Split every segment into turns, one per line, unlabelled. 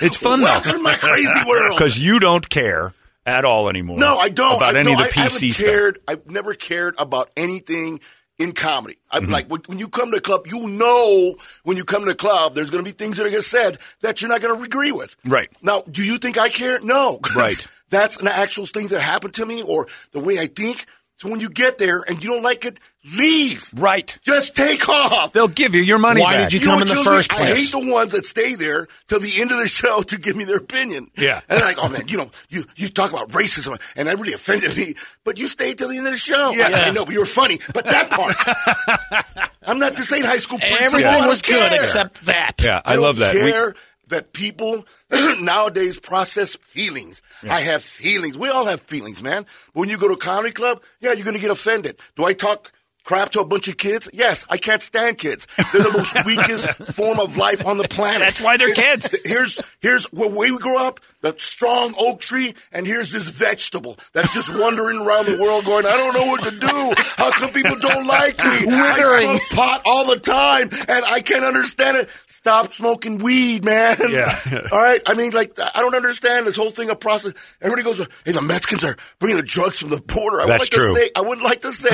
It's fun
Welcome
though.
to my crazy world.
Because you don't care at all anymore.
No, I don't.
about
I,
any
no,
of the
I,
PC
I haven't
stuff.
cared. I've never cared about anything in comedy. I'm
Mm-hmm.
like when, when you come to a club, you know when you come to a club, there's going to be things that are going to said that you're not going to agree with.
Right.
now, do you think I care? No, 'cause
Right.
That's an actual thing that happened to me or the way I think. So when you get there and you don't like it, leave.
Right.
Just take off.
They'll give you your money
Why
back.
did you come
what
in the
kills me?
first
I hate
place?
the ones that stay there till the end of the show to give me their opinion.
Yeah.
And they're like, oh man, you know, you, you talk about racism and that really offended me, but you stayed till the end of the show.
Yeah.
I, I know, but you were funny. But that part, I'm not this ain't high school principal. I
Everything
don't
was good
care.
except that.
Yeah, I,
don't
love that. We-
Care that people nowadays process feelings. I have feelings. We all have feelings, man. But when you go to a comedy club, yeah, you're going to get offended. Do I talk crap to a bunch of kids? Yes, I can't stand kids. They're the most weakest form of life on the planet.
That's why they're
It's-
kids.
Here's here's where we grew up, the strong oak tree, and here's this vegetable that's just wandering around the world going, I don't know what to do. How come people don't like me?
Withering.
I smoke pot all the time, and I can't understand it. Stop smoking weed, man.
Yeah.
all right. I mean, like, I don't understand this whole thing of process. Everybody goes, "Hey, the Mexicans are bringing the drugs from the border." I
That's
would like
true.
To say, I would like to say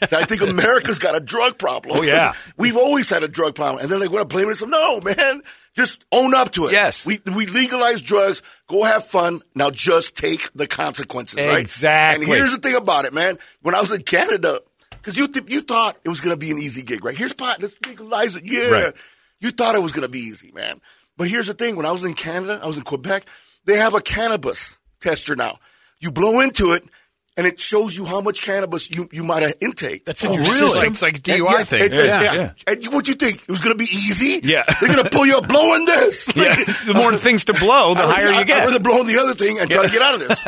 that I think America's got a drug problem.
Oh, yeah.
We've always had a drug problem, and then they want to blame it. on some- No, man. Just own up to it.
Yes.
We, we legalize drugs. Go have fun. Now just take the consequences, right?
Exactly.
And here's the thing about it, man. When I was in Canada, because you, th- you thought it was going to be an easy gig, right? Here's pot. Let's legalize it. Yeah.
Right.
You thought it was going to be easy, man. But here's the thing. When I was in Canada, I was in Quebec, they have a cannabis tester now. You blow into it, and it shows you how much cannabis you, you might have intake.
That's in your system.
Oh, It's like
And
DUI
yeah,
thing.
it's-
Yeah,
it's-
yeah.
And you- what you think? It was going to be easy?
Yeah.
They're going to pull you up blowing this.
Yeah. the more things to blow, the
I'd
higher
rather-
you
I'd
get.
rather blow on the other thing and try to get out of this.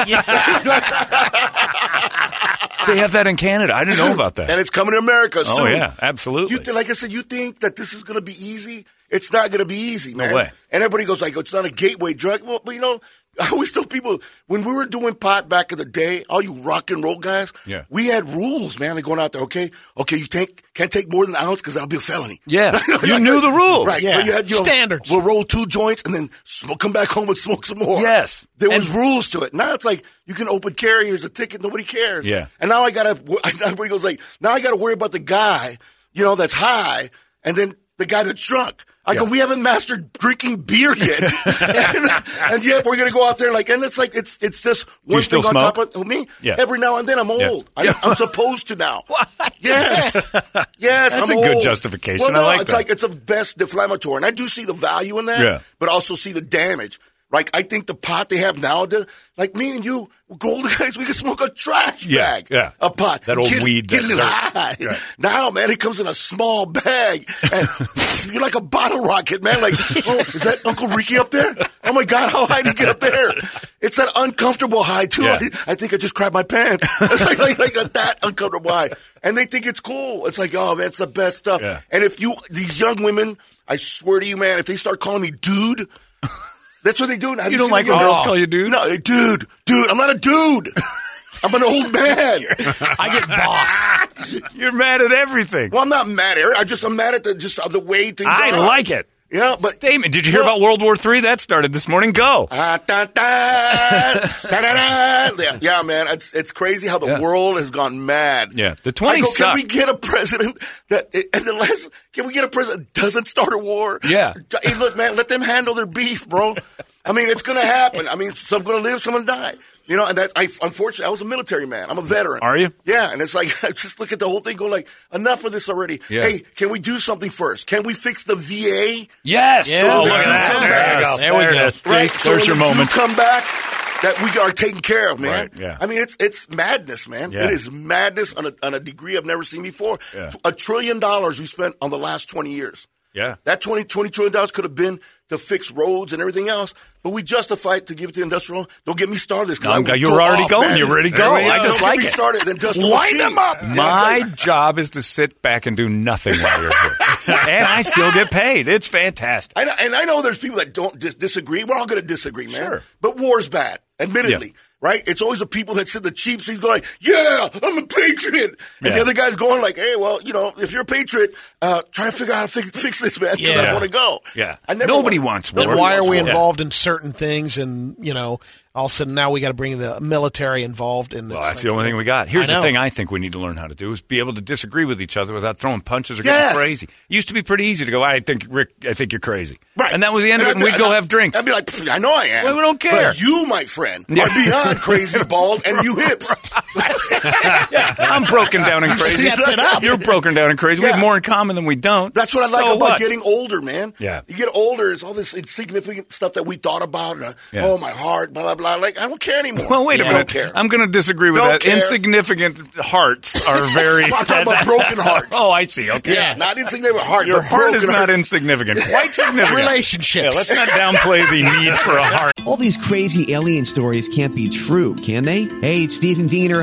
They have that in Canada. I didn't know about
And
that.
it's coming to America
Oh,
soon.
yeah, absolutely.
You th- like I said, you think that this is going to be easy? It's not going to be easy, man.
way.
And everybody goes like, "Oh, it's not a gateway drug. Well, but you know, I always tell people when we were doing pot back in the day, all you rock and roll guys,
Yeah.
we had rules, man. Like going out there, okay, okay, you take can't take more than an ounce because that'll be a felony.
Yeah. You knew the rules.
right? So
Yeah.
you had you know,
Standards.
We'll roll two joints and then smoke, come back home and smoke some more.
Yes.
there was
And-
rules to it. Now it's like you can open carry. Here's a ticket. Nobody cares.
Yeah.
And now I gotta. Everybody goes like, now I gotta worry about the guy, you know, that's high, and then the guy that's drunk. I go,
Yeah.
we haven't mastered drinking beer yet, and, and yet we're gonna go out there like, and it's like it's it's just
you
one thing
still
on
smoke?
top of who, me.
Yeah.
Every now and then, I'm
Yeah.
old. I'm,
Yeah.
I'm supposed to now. Yes, yes.
That's
I'm
a good
old.
justification.
Well,
I
no,
like
it's
that.
like it's the best deflammatory, and I do see the value in that.
Yeah.
but also see the damage. Like I think the pot they have now, the- like me and you, we're older guys, we can smoke a trash
Yeah,
bag,
yeah.
a pot,
That old
get,
weed
get
that-
it
that-
high.
yeah.
Now, man, it comes in a small bag, and you're like a bottle rocket, man. Like, oh, is that Uncle Ricky up there? Oh my God, how high did he get up there? It's that uncomfortable high too.
Yeah.
I, I think I just grabbed my pants. It's like, like, like that uncomfortable high, and they think it's cool. It's like, oh, that's the best stuff.
Yeah.
And if you these young women, I swear to you, man, if they start calling me dude, that's what they do. Have
You don't
seen
like
the
when
girls-
girls call you dude?
No, dude, dude. I'm not a dude. I'm an old man.
I get boss.
You're mad at everything.
Well, I'm not mad at her. I just I'm mad at the just uh, the way things.
I
are.
like it.
Yeah, but
Statement. Did you hear
Well-
about World War III? That started this morning. Go.
Ah, da, da, da, da, da. Yeah, yeah, man, it's it's crazy how the
Yeah.
world has gone mad.
Yeah, the
I
20s
go, Can we
sucked."
get a president that and the last? Can we get a president that doesn't start a war?
Yeah.
Hey, look, man, let them handle their beef, bro. I mean, it's gonna happen. I mean, some gonna live, some gonna die. You know, and that I unfortunately I was a military man. I'm a veteran.
Are you?
Yeah, and it's like I just look at the whole thing, go like, enough of this already.
Yeah.
Hey, can we do something first? Can we fix the VA?
Yes.
Yeah,
oh, look at
there's
that. There you
some bags.
go.
There we
it
go.
is.
Right.
There's
So when
your
they do
moment.
come back that we are taken care of, man.
Right, yeah.
I mean, it's it's madness, man.
Yeah.
It is madness on a, on a degree I've never seen before.
Yeah.
A trillion dollars we spent on the last 20 years.
Yeah.
That 20, 20 trillion dollars could have been to fix roads and everything else, but we justify it to give it to industrial. Don't get me started. 'cause I
I'm-
will
you're
go
already
off,
going.
man.
You're already
There
going.
we
I
go.
just
Don't
like
get me
it.
started. The industrial
Wind
machine.
them up.
Yeah,
My job is to sit back and do nothing while you're here, and I still get paid. It's fantastic.
I know, and I know there's people that don't dis- disagree. We're all going to disagree, man.
Sure.
But war's bad, admittedly.
Yeah.
Right? It's always the people that sit in the cheap seats going, yeah, I'm a patriot. And
Yeah.
the other guy's going like, hey, well, you know, if you're a patriot, uh, try to figure out how to fix, fix this, man, because
Yeah.
I want to go.
Yeah.
I never
Nobody
wa-
wants war.
Then
Nobody
why are
wants
we
war.
involved in certain things? And you know, all of a sudden now we got to bring the military involved. And
Well,
it's
that's
like-
the only thing we got. Here's
I
the
know.
thing I think we need to learn how to do is be able to disagree with each other without throwing punches or
Yes.
getting crazy. Used to be pretty easy to go, I think Rick, I think you're crazy.
Right.
And that was the end of it, and
I'd be-
we'd go
I'd-
have drinks.
I'd be like, "Pfft, I know I am.
Well, we don't care.
But you, my friend, are beyond crazy, bald, and you hips.
I'm broken down and crazy.
stepped it up.
You're broken down and crazy. We have
Yeah.
more in common than we don't.
That's what I like
So
about
what?
getting older, man.
Yeah.
You get older, it's all this insignificant stuff that we thought about. And, uh,
Yeah.
Oh, my heart, blah, blah, blah. Like, I don't care anymore.
Well, wait a
I
minute.
don't care.
I'm going to disagree with
Don't
that.
care.
Insignificant hearts are very.
I'm talking about broken hearts.
oh, I see. Okay.
Yeah, not insignificant heart.
Your
but
heart
broken
is not
heart.
insignificant. Quite significant.
Relationships.
Yeah, let's not downplay the need for a heart.
All these crazy alien stories can't be true, can they? Hey, it's Stephen Diener,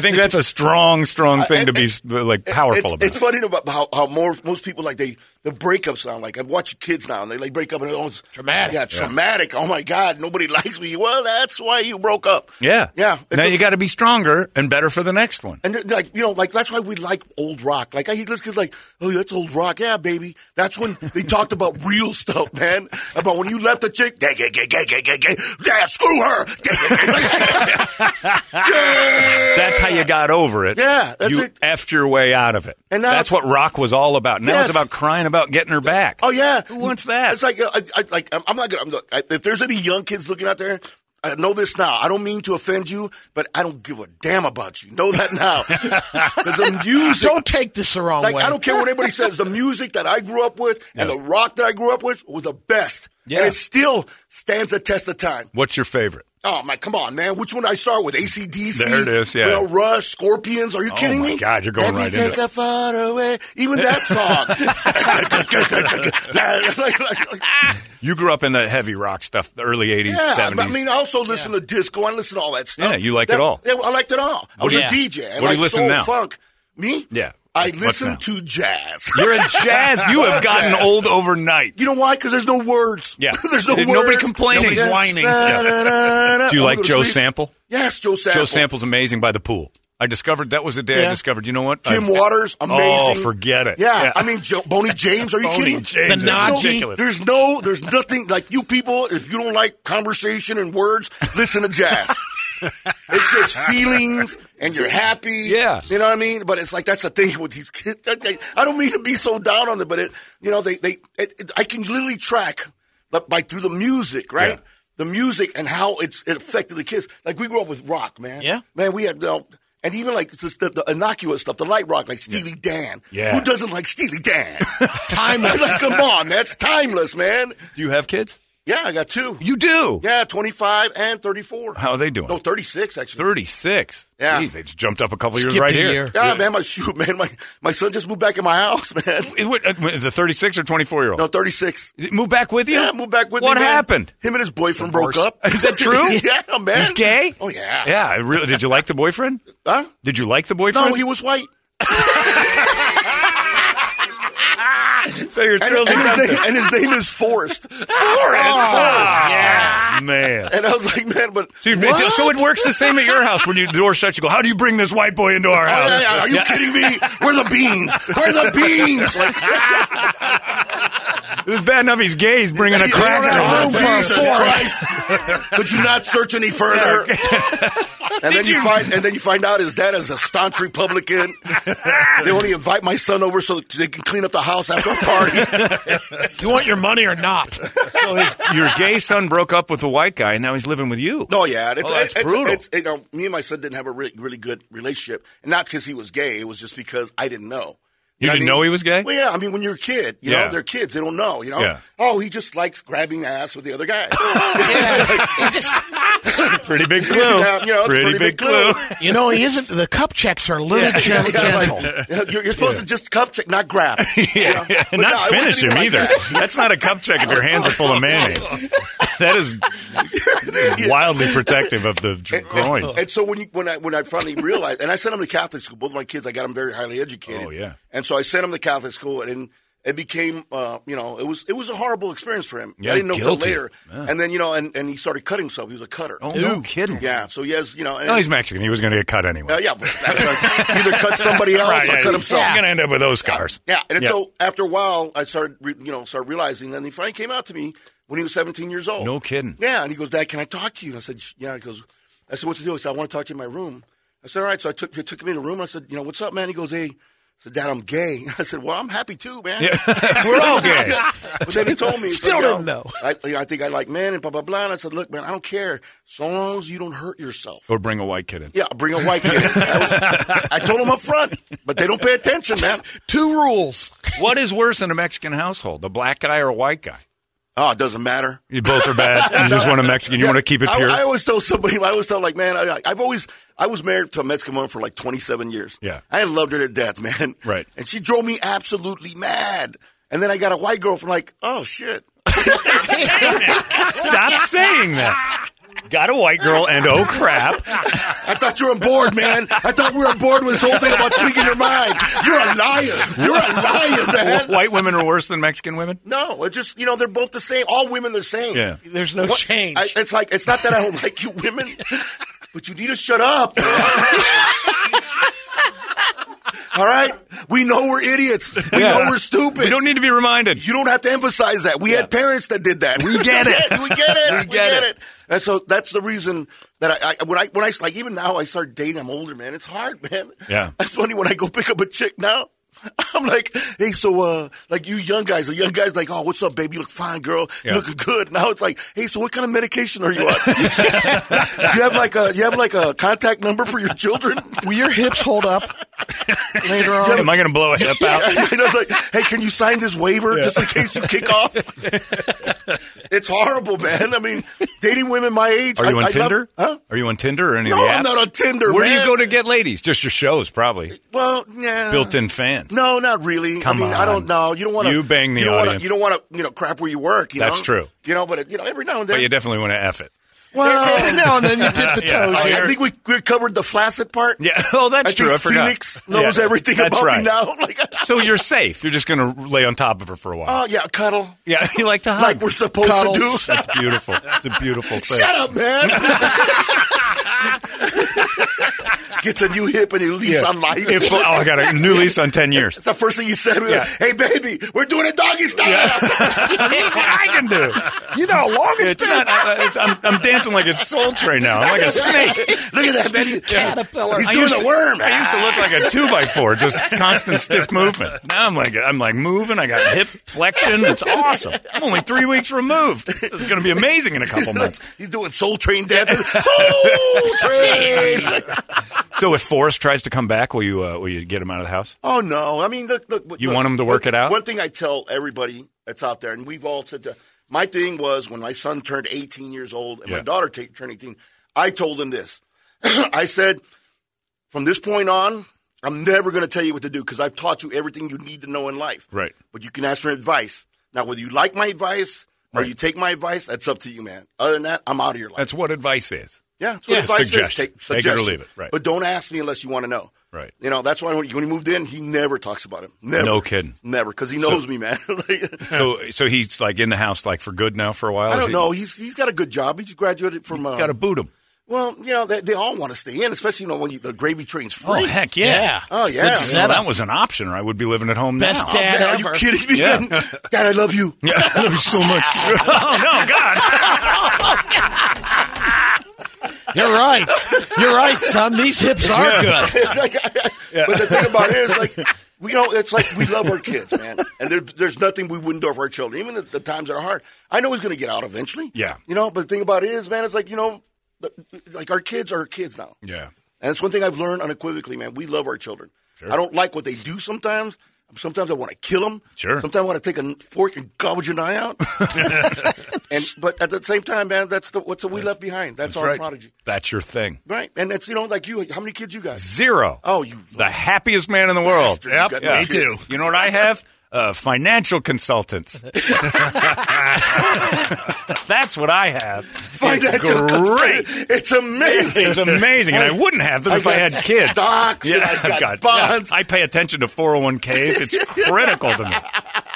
think that's a strong, strong thing to be uh, like powerful
it's,
about.
It's funny about how, how more most people like they the breakups sound like I watch kids now and they like break up and oh it's
Traumatic.
Yeah, traumatic. Oh my God, nobody likes me. Well, that's why you broke up.
yeah.
yeah.
Now
It's a-
you got to be stronger and better for the next one.
And they're- like you know, like that's why we like old rock. Like I hear this kid's like, "Oh, that's old rock, yeah, baby." That's when they talked about real stuff, man. About when you left a chick, gay, gay, gay, gay, gay, gay, gay. Yeah, screw her. Gay, gay, gay, gay. yeah.
That's how you got over it.
Yeah, that's
you
it.
effed your way out of it.
And now
that's
it's-
what rock was all about. Now
Yes.
it's about crying about getting her back.
Oh yeah,
Who wants that?
It's like you know, I, I like I'm, I'm not gonna. I'm, look, I, if there's any young kids looking out there. I know this now. I don't mean to offend you, but I don't give a damn about you. Know that now. 'Cause the music.
Don't take this the wrong
Like
way.
I don't care what anybody says. The music that I grew up with and the rock that I grew up with was the best,
Yeah.
and it still stands the test of time.
What's your favorite?
Oh my, come on, man! Which one do I start with? ACDC.
There it is, yeah.
Well, Rush, Scorpions. Are you
Oh,
kidding
my
me?
God, you're going
Let me
right into
take
it.
a far away. Even that song.
You grew up in the heavy rock stuff, the early 80s,
yeah,
70s.
I mean, I also listen to disco. I listen to all that stuff.
Yeah, you liked it
That-
all.
Yeah, I liked it all. I was
do
a
you-
DJ. I
what do you
liked
listen
soul,
now?
Funk. Me?
Yeah.
I
What's
listen
now?
to jazz.
You're a jazz. You have gotten
Jazz.
old overnight.
You know why? Because there's no words.
Yeah.
there's no
Nobody
words.
complaining. Nobody's
Yeah.
whining.
Da,
Yeah.
da, da, da.
Do you
I'm
like
gonna
Joe
sleep.
Sample?
Yes, Joe Sample.
Joe Sample's amazing by the pool. I discovered that was the day I
Yeah.
discovered. You know what?
Kim
I've-
Waters, amazing.
Uh, Oh, forget it.
Yeah, I mean, Joe, Boney James. Are you
Boney
kidding?
James
is
no,
ridiculous.
There's no, there's nothing like you people. If you don't like conversation and words, listen to jazz. it's just feelings, and you're happy.
Yeah.
you know what I mean. But it's like that's the thing with these kids. I think- I don't mean to be so down on them, but it, you know, they, they, it, it, I can literally track but by through the music, right?
Yeah.
The music and how it's it affected the kids. Like we grew up with rock, man.
Yeah.
Man, we had, you know, and even like just the, the innocuous stuff, the light rock, like Steely Dan.
Yeah.
Who doesn't like Steely Dan?
Timeless.
like, come on, that's timeless, man.
Do you have kids?
Yeah, I got two.
You do.
Yeah, 25 and 34.
How are they doing?
No, 36, actually.
36.
Yeah.
Jeez, they just jumped up a couple years
Skipped
right
a
here.
year.
Yeah, man, my shoot, man. My, my son just moved back in my house, man.
It went- uh, the 36 or 24 year old?
No, 36.
Move back with you?
Yeah, moved back with me.
what
man.
happened?
Him and his boyfriend
Divorce.
broke up.
Is that true?
yeah, man.
He's gay?
Oh, yeah.
Yeah, I really. Did you like the boyfriend?
Huh?
Did you like the boyfriend?
No, he was white.
so you're
And,
thrilled
and
about
his name,
that.
and his name is Forrest. Forrest.
Ah, man.
And I was like, man, but
So, you- so it works the same at your house when you, the door shuts. You go, "How do you bring this white boy into our
Oh,
house?"
yeah, yeah. Are you
Yeah.
kidding me? Where are the beans? Where are the beans? Like,
It was bad enough he's gay. He's bringing a
you don't
crack in
have
the
room for a Christ. Could you not search any further? And then you,
you-
find, and then you find out his dad is a staunch Republican. they only invite my son over so that they can clean up the house after a party.
You want your money or not?
So his, your gay son broke up with the white guy, and now he's living with you.
No, yeah, it's,
Oh, that's
it's,
brutal.
It's, you know, me and my son didn't have a really, really good relationship, and not because he was gay. It was just because I didn't know.
You
know what
didn't
I mean?
know he was gay?
Well, yeah. I mean, when you're a kid, you
Yeah.
know, they're kids. They don't know. You know.
Yeah.
Oh, he just likes grabbing ass with the other guy.
He just-
pretty big clue.
Yeah, you know, it's a
pretty, big clue.
you know, he isn't. The cup checks are a little gen- gentle.
you're, you're supposed to just cup check, not grab. You know?
Yeah,
But no,
not
it wasn't
finish
even
him
like
either.
that.
That's not a cup check if your hands are full of mayonnaise. That is wildly protective of the dr- groin.
And so when you, when I when I finally realized, and I sent them to Catholic school. Both of my kids, I got them very highly educated.
Oh, yeah.
And so I sent them to Catholic school, and it became, uh, you know, it was it was a horrible experience for him.
Yeah,
I didn't know until
guilty.
later. And then you know, and, and he started cutting himself. He was a cutter.
Oh, no Ooh. kidding.
Yeah. So he has, you know, and,
No, he's Mexican. He was going to get cut anyway.
uh, yeah, but either cut somebody else
Right,
or
yeah,
cut himself.
You're going to end up with those scars.
Yeah, and
Yeah.
so after a while, I started, re- you know, started realizing. Then he finally came out to me when he was 17 years old.
No kidding.
Yeah, and he goes, "Dad, can I talk to you?" And I said, "Sh- "Yeah." He goes, "I said, what's the deal?" He said, "I want to talk to you in my room." I said, "All right." So I took he took me to the room. And I said, "You know, what's up, man?" He goes, "Hey." I said, "Dad, I'm gay." I said, "Well, I'm happy too, man."
We're all gay.
But then he told me. he's
Still
like, "Yo,
didn't know.
I, you know, I think I like men and blah blah blah. And I said, "Look, man, I don't care so long as you don't hurt yourself."
Or bring a white kid in.
Yeah, bring a white kid. I, was, I told him up front, but they don't pay attention, man.
Two rules.
What is worse in a Mexican household, a black guy or a white guy?
Oh, it doesn't matter.
You both are bad. You just want a Mexican. You want to keep it
I-
pure.
I, always tell somebody, I always tell like, man, I, I've always, I was married to a Mexican woman for like 27 years.
Yeah.
I loved her to death, man.
Right.
And she drove me absolutely mad. And then I got a white girl from like, oh shit.
Stop saying that. Got a white girl and oh crap.
I thought you were on board, man. I thought we were on board with this whole thing about tweaking your mind. You're a liar. You're a liar, man.
White women are worse than Mexican women?
No, it just you know they're both the same. All women the same.
Yeah.
There's no
What-
change.
I, it's like it's not that I don't like you women, but you need to shut up. All right, we know we're idiots. We
Yeah.
know we're stupid.
We don't need to be reminded.
You don't have to emphasize that. We had parents that did that. We
get it.
we get it.
We
We,
get
get, it. And so that's the reason that I, I when I when I like even now I start dating. I'm older, man. It's hard, man.
Yeah.
That's funny when I go pick up a chick now. I'm like, hey, so uh, like you young guys, the young guys like, oh, what's up, baby? You look fine, girl.
Yeah.
You look good. Now it's like, hey, so what kind of medication are you on? you have like a you have like a contact number for your children.
Will your hips hold up later on?
Am I going to blow a hip out?
and I was like, hey, can you sign this waiver just in case you kick off? it's horrible, man. I mean, dating women my age.
Are
I-
you on
I love-
Tinder?
huh?
Are you on Tinder or any of
No,
the apps?
I'm not on Tinder,
Where do
man.
you go to get ladies? Just your shows, probably.
Well, yeah.
Built-in fans.
No, not really.
Come
I mean, I
on.
don't know. You don't want to.
You bang the
you don't
audience.
Wanna, you don't want to, you know, crap where you work. You
That's
know?
true.
You know, but it, you know, every now and then.
But you definitely want to F it.
Well,
Every now and then you dip the
Yeah,
toes
oh,
in.
you're-
I think we, we covered the flaccid part.
Yeah. Oh, that's
I
true. I
Think
forgot.
Phoenix knows
Yeah,
everything
that's
about
right.
me now. Like,
So you're safe. You're just going to lay on top of her for a while.
oh yeah, cuddle.
yeah, you like to hug.
Like we're supposed to do.
Cuddles.
That's beautiful. It's a beautiful thing.
Shut up, man. Gets a new hip and a lease
Yeah.
on life.
If- oh, I got a new lease on 10 years.
That's the first thing you said.
Yeah.
Hey, baby, we're doing a doggy style.
Look what I can do.
You know how long it's,
It's
been.
not, I, I- it's, I'm, I'm dancing like it's Soul Train now. I'm like a snake.
Look at that, baby.
Caterpillar.
He's
I
doing
used
a
to-
worm.
I used to look like a two by four, just constant stiff movement. Now I'm like I'm like moving. I got hip flexion. It's awesome. I'm only three weeks removed. It's going to be amazing in a couple months.
He's doing Soul Train dances. Soul Train.
So if Forrest tries to come back, will you uh, will you get him out of the house?
Oh no! I mean, look, look.
You
look,
want 'em to work
one-
it out?
One thing I tell everybody that's out there, and we've all said that. My thing was when my son turned 18 years old and
Yeah.
my daughter t- turned 18. I told them this. I said, from this point on, I'm never going to tell you what to do because I've taught you everything you need to know in life.
Right.
But you can ask for advice. Now, whether you like my advice or you take my advice, that's up to you, man. Other than that, I'm out of your life.
That's what advice is.
Yeah, that's what
Yeah,
advice
suggestion.
is.
Take
Take,
it or
suggestion.
leave it, right.
But don't ask me unless you want to know.
Right.
You know, that's why when he, when he moved in, he never talks about him. Never.
No kidding.
Never, because he knows me, man. like,
So so he's like in the house like for good now for a while.
I
Is
don't
he-
know. He's he's got a good job. He just graduated from. Uh,
Got to boot him.
well, you know, they, they all want to stay in, especially you know when you, the gravy train's free.
Oh heck yeah!
Oh, yeah. Oh,
Good
You know,
setup.
that was an option, or I would be living at home
Best
now.
dad
Man, are
ever.
you kidding me?
Yeah.
man? Dad, I love you.
Yeah, I love you so much. oh no, God!
You're right. You're right, son. These hips are good.
But the thing about it is, like, we know it's like we love our kids, man, and there, there's nothing we wouldn't do for our children, even the, the times that are hard. I know he's going to get out eventually.
Yeah.
you know. But the thing about it is, man, it's like you know, the- like our kids are our kids now.
Yeah.
And it's one thing I've learned unequivocally, man. We love our children. I don't like what they do sometimes. Sometimes I want to kill them.
Sure.
Sometimes I want to take a fork and gobble your eye out. and but at the same time, man, that's the what's the we left behind. That's, our
right.
prodigy,
That's your thing.
right? And it's you know like you. How many kids you got?
Zero.
Oh, you
the happiest man in the world.
Bastard, you Yep, got no
Yeah.
me kids. too.
You know what I have? Uh, financial consultants. That's what I have.
Financial
it's great.
consultant. It's amazing.
It's amazing, and I wouldn't have this
I
if I
got
had kids.
stocks and I
I've yeah,
got bonds.
I pay attention to 401ks. It's critical to me.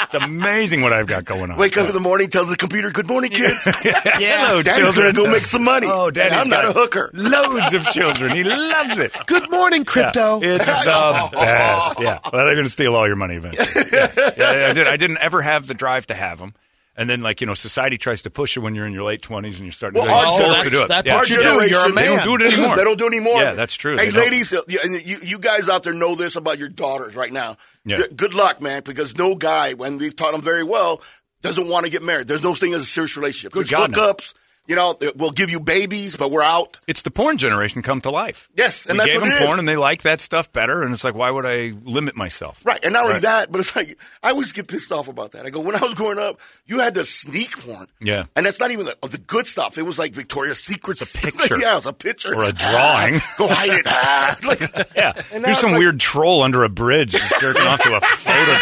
It's amazing what I've got going on.
Wake up in the morning, tells the computer, "Good morning, kids."
Hello,
Daddy's
children.
gonna go make some money.
Oh, Daddy's
And I'm not
got
a hooker.
Loads of children. He loves it.
Good morning, crypto.
It's the best. Yeah. Well, they're going to steal all your money eventually. Yeah. Yeah, I, did. I didn't ever have the drive to have them. And then, like, you know, society tries to push you when you're in your late 20s and you're starting
Well,
to
our
you're forced
generation-
to do it.
that's
yeah.
our
Yeah.
generation. You're a
They don't
man.
do it anymore.
they don't do it anymore.
Yeah, that's true.
Hey,
They don't.
ladies, uh, yeah, and you, you guys out there know this about your daughters right now.
Yeah.
Th- Good luck, man, because no guy, when we've taught them very well, doesn't want to get married. There's no thing as a serious relationship.
Good
There's
God, no.
hookups. You know, th- we'll give you babies, but we're out.
It's the porn generation come to life.
Yes, and
we
that's
gave
what
them
it is.
porn and they like that stuff better. And it's like, why would I limit myself?
Right, and not only
Right.
that, but it's like I always get pissed off about that. I go, when I was growing up, you had to sneak porn.
Yeah.
and that's not even the, the good stuff. It was like Victoria's Secret,
It's a picture.
yeah, it's a picture
Or a drawing.
go hide it. Ah. Like,
Yeah.
And
Here's
now it's
some
like-
weird troll under a bridge just jerking off to a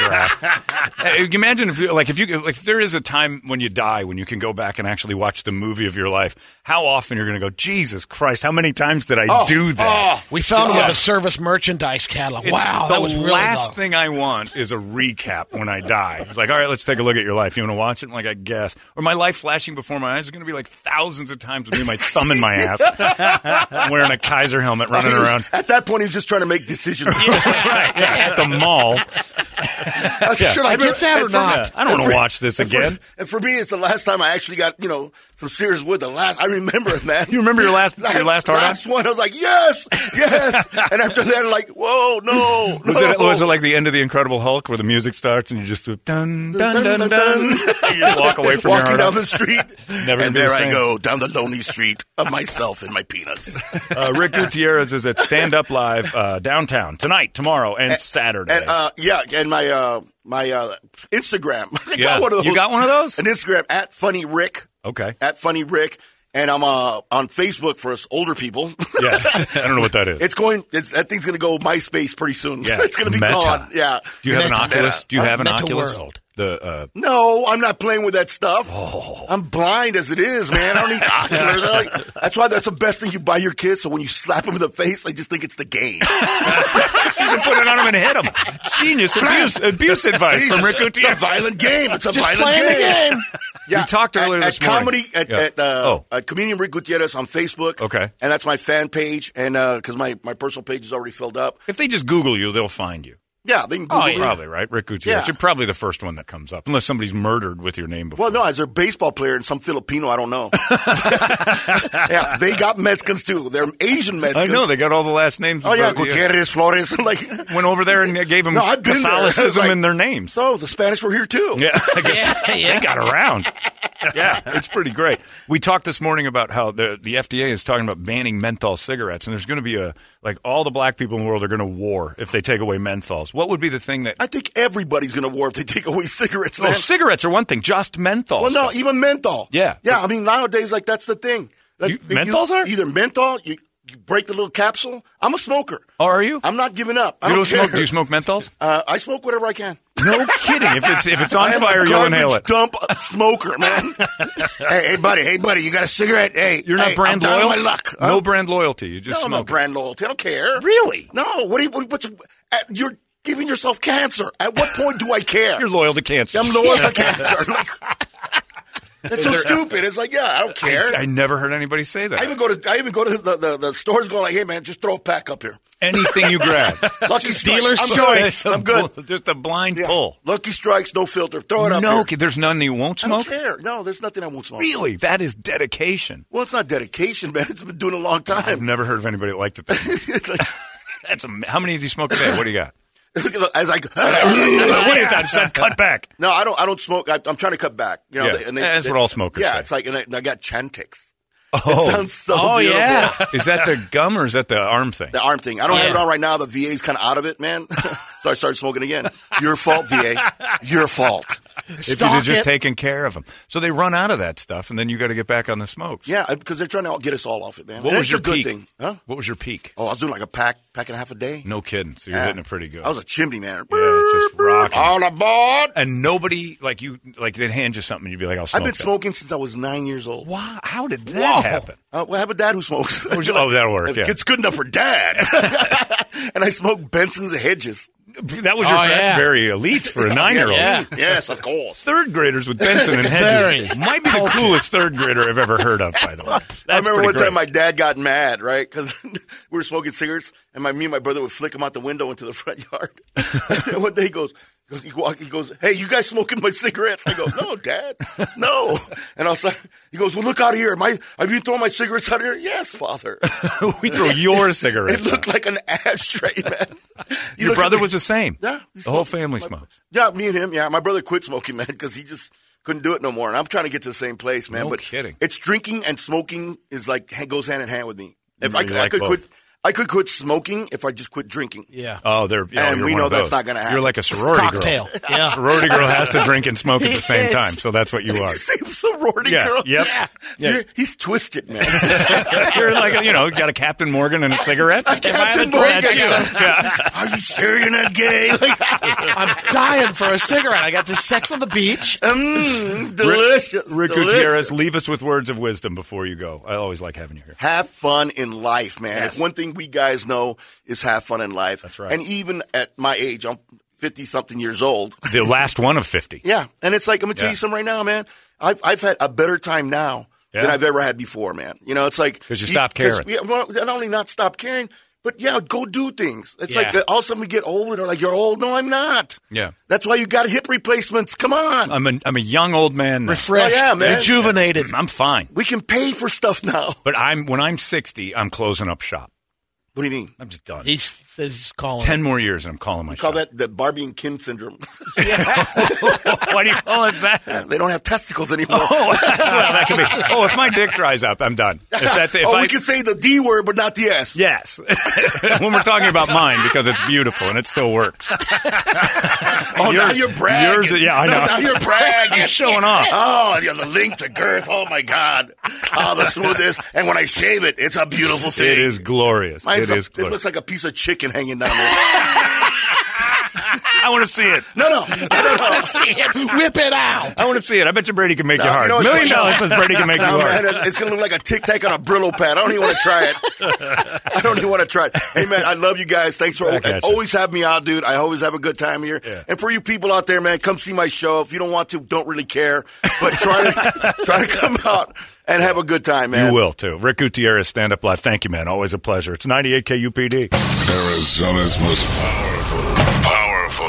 photograph. Hey, you imagine if you like if you like if there is a time when you die when you can go back and actually watch the movie of your life, how often you're going to go, Jesus Christ, how many times did I do that?
We found him
Yeah.
with a service merchandise catalog.
It's-
wow,
the
that was really
last
low.
thing I want is a recap when I die. It's like, all right, let's take a look at your life. You want to watch it? I'm like, I guess. Or my life flashing before my eyes is going to be like thousands of times with me, my thumb in my ass, wearing a Kaiser helmet, running around.
At that point, he was just trying to make decisions.
right, yeah, at the mall.
Should I get that or
and for-
not?
I don't want to watch this
and for-
again.
and for me, it's the last time I actually got you know some serious wood. The last I remember it, man.
You remember your last- your last hard-on?
last one? I was like, yes, yes. and after that, like, whoa, no,
Was
no.
it, was it like the end of the Incredible Hulk where the music starts and you just do dun dun dun dun? you just walk away from
walking
your
down
heart.
the street,
Never gonna
and
be
there
the
I
same.
go down the lonely street of myself and my penis.
Uh, Rick Gutierrez is at Stand Up Live uh, downtown tonight, tomorrow, and Saturday.
And uh, yeah, and my uh, my uh, Instagram. I
Yeah. You got one Oh. of those?
An Instagram at Funny Rick.
okay.
At Funny Rick. And I'm uh, on Facebook for us older people.
Yes. I don't know what that is.
It's going. It's, that thing's going to go MySpace pretty soon.
Yeah.
it's going to be
Meta.
gone. Yeah.
Do you have an
Meta,
Oculus?
Meta.
Do you
Uh,
have an
Meta
Oculus?
World.
The uh,
No, I'm not playing with that stuff.
Oh.
I'm blind as it is, man. I don't need Oculus. I don't like- that's why that's the best thing you buy your kids. So when you slap them in the face, they just think it's the
you
game.
can put it on him and hit him. Genius abuse abuse advice from Rick
it's a
Gutierrez.
violent game. It's a
Just
violent
playing the
game.
game.
Yeah,
We talked
at-
earlier
at,
this morning.
comedy at,
Yeah.
at, uh,
Oh.
at comedian Rick Gutierrez on Facebook.
Okay.
and that's my fan page, and because my my personal page is already filled up.
If they just Google you, they'll find you.
Yeah, they can Google
Oh,
it.
probably right, Rick Gutierrez.
Yeah.
You're probably the first one that comes up, unless somebody's murdered with your name before.
Well, no, as a baseball player and some Filipino, I don't know. yeah, they got Mexicans too. They're Asian
I
Mexicans.
know they got all the last names.
Oh yeah,
But,
Gutierrez, Flores, like.
Went over there and gave them
No, I've been there.
Catholicism
Like-
in their names.
So the Spanish were here too.
Yeah, I guess they got around. Yeah, it's pretty great. We talked this morning about how the the FDA is talking about banning menthol cigarettes, and there's going to be a like all the black people in the world are going to war if they take away menthols. What would be the thing that?
I think everybody's gonna war if they take away cigarettes,
Well,
man.
cigarettes are one thing, just menthols.
well, no, even menthol.
Yeah.
yeah. I mean, nowadays, like that's the thing. Like,
You- menthols are?
either menthol. You, you break the little capsule. I'm a smoker.
Oh, are you?
I'm not giving up.
you
I don't,
don't smoke?
care.
Do you smoke menthols?
Uh, I smoke whatever I can.
No kidding. If it's if it's on
I am a
fire, you'll
garbage
inhale it.
Dump smoker, man. hey, hey, buddy. Hey, buddy. You got a cigarette? Hey,
You're not
hey,
brand
I'm down on
loyal.
My luck.
No
Huh?
brand loyalty. You just
no,
smoke.
I'm not
it.
brand loyalty. I don't care.
Really?
No. What? Do you, what- what's? uh, You're giving yourself cancer. At what point do I care?
You're loyal to cancer.
I'm loyal to cancer. Like, it's so stupid. It's like, yeah, I don't care.
I, I never heard anybody say that.
I even go to I even go to the, the, the stores going like, hey man, just throw a pack up here.
Anything you grab,
Lucky
dealer's
strikes. I'm
choice.
Good. I'm good.
Just a blind
Yeah.
pull.
Lucky strikes, no filter. Throw it up
No,
here.
kid, there's none that you won't
I don't
smoke.
care. No, there's nothing I won't smoke.
Really, that is dedication.
Well, it's not dedication, man. It's been doing a long
I've
time.
never heard of anybody that liked it.
It's like,
That's am- how many do you smoke today? What do you got?
look at the- as I go,
what do you got? Said cut back.
no, I don't. I don't smoke. I, I'm trying to cut back. You know,
Yeah. That's what all smokers
Yeah,
say.
it's like, and I, and I got Chantix.
Oh,
It sounds so
Oh,
beautiful.
yeah.
is that the gum or is that the arm thing?
The arm thing. I don't have
Yeah.
it on right now. The VA's kind of out of it, man. so I started smoking again. Your fault, VA. Your fault.
If you're
Stock
just
it.
taking care of them, so they run out of that stuff, and then you got to get back on the smokes.
Yeah, because they're trying to all get us all off it, man.
What
And
was
that's
your
a good
peak?
thing? Huh?
What was your peak?
Oh, I was doing like a pack, pack and a half a day.
No kidding. So you're
Yeah.
hitting it pretty good.
Uh, I was a chimney man.
yeah, just rocking.
All aboard.
and nobody like you like they'd hand you something and you'd be like, I'll smoke.
I've been
that.
smoking since I was nine years old.
Wow, how did that
Whoa.
happen?
Uh, well, I have a dad who smokes.
Oh, oh, that'll work, yeah.
It's good enough for dad. and I smoke Benson's Hedges.
That was your
Oh,
that's
yeah.
very elite for a nine year old.
Yeah.
yes, of course.
Third graders with Benson and Hedges
Very.
might be the coolest third grader I've ever heard of. By the way, that's
I remember
pretty
one
great.
time my dad got mad, right? Because we were smoking cigarettes, and my me and my brother would flick them out the window into the front yard. and one day he goes, he goes, he, walk, he goes, "Hey, you guys smoking my cigarettes?" I go, "No, Dad, no." And I was like, he goes, "Well, look out here. Am I? Have you thrown my cigarettes out here?" Yes, father.
we threw your cigarette.
It looked like an ashtray, man. You
Your
look at
brother
the-
was the same.
Yeah, he
the whole
smoked-
family
my-
smokes.
Yeah, me and him. Yeah, my brother quit smoking, man, because he just couldn't do it no more. And I'm trying to get to the same place, man.
No
but
kidding.
It's drinking and smoking is like ha- goes hand in hand with me. If
You
I, could- I
like
could
both.
quit, I could quit smoking if I just quit drinking.
Yeah.
Oh, they're you know,
And
you're
we
one
know
of
that's
those.
not gonna happen.
You're like a sorority
Cocktail.
girl.
Yeah.
sorority girl has to drink and smoke at the same
Yes.
time, so that's what you
Did
are.
you say sorority
Yeah,
girl?
yep. Yeah.
You're- he's twisted, man.
You're like you know, you got a Captain Morgan and a cigarette.
Captain
I
Morgan.
had a
that's you.
drink,
Yeah.
Are you sure you're not gay? Like,
I'm dying for a cigarette. I got this sex on the beach.
mm, delicious.
Rick
delicious.
Gutierrez, leave us with words of wisdom before you go. I always like having you here.
Have fun in life, man.
Yes.
If one thing we guys know is have fun in life.
That's right.
And even at my age, I'm 50 something years old.
The last one of fifty.
Yeah, and it's like I'm gonna tell
Yeah.
you something right now, man. I've I've had a better time now
Yeah.
than I've ever had before, man. You know, it's like
'Cause you stopped caring.
we- well, not only not stop caring, but yeah, go do things. It's
Yeah.
like uh, all of a sudden we get old and are like, "You're old." No, I'm not.
Yeah. Uh,
that's why you got hip replacements. Come on,
I'm a I'm a young old man. Now.
Refreshed.
Oh, yeah, man.
Rejuvenated.
I'm fine.
we can pay for stuff now.
But I'm when I'm 60, I'm closing up shop.
What do you mean?
I'm just done.
He's, he's calling.
Ten more years, and I'm calling my
We call
shot.
that the Barbie and Ken syndrome.
Why do you call it that?
they don't have testicles anymore.
Oh, well, that could be. Oh, if my dick dries up, I'm done. If that's if
oh,
I
we can say the D word, but not the S.
yes, when we're talking about mine because it's beautiful and it still works.
Oh, now
Yours-
you're bragging.
yours- yeah, I
No,
know.
now you're bragging.
You're showing off.
Oh, yeah, the link to girth. Oh, my God. Oh, the smoothness. And when I shave it, it's a beautiful thing.
It is glorious.
Mine's
it
a-
is
it
glorious.
looks like a piece of chicken hanging down there.
I want to see it.
No, no. I don't know.
Whip it out.
I want to see it. I bet you Brady can make
No,
you
you
hard.
know what's
Million
funny?
dollars says Brady can make you
No, man,
hard.
it's going to look like a tic tac on a Brillo pad. I don't even want to try it. I don't even want to try it. Hey, man, I love you guys. Thanks for
Back at you.
always have me out, dude. I always have a good time here.
Yeah.
And for you people out there, man, come see my show. If you don't want to, don't really care. But try to try to come out and have a good time, man.
You will too. Rick Gutierrez, stand up live. Thank you, man. Always a pleasure. It's 98 KUPD.
Arizona's most powerful, powerful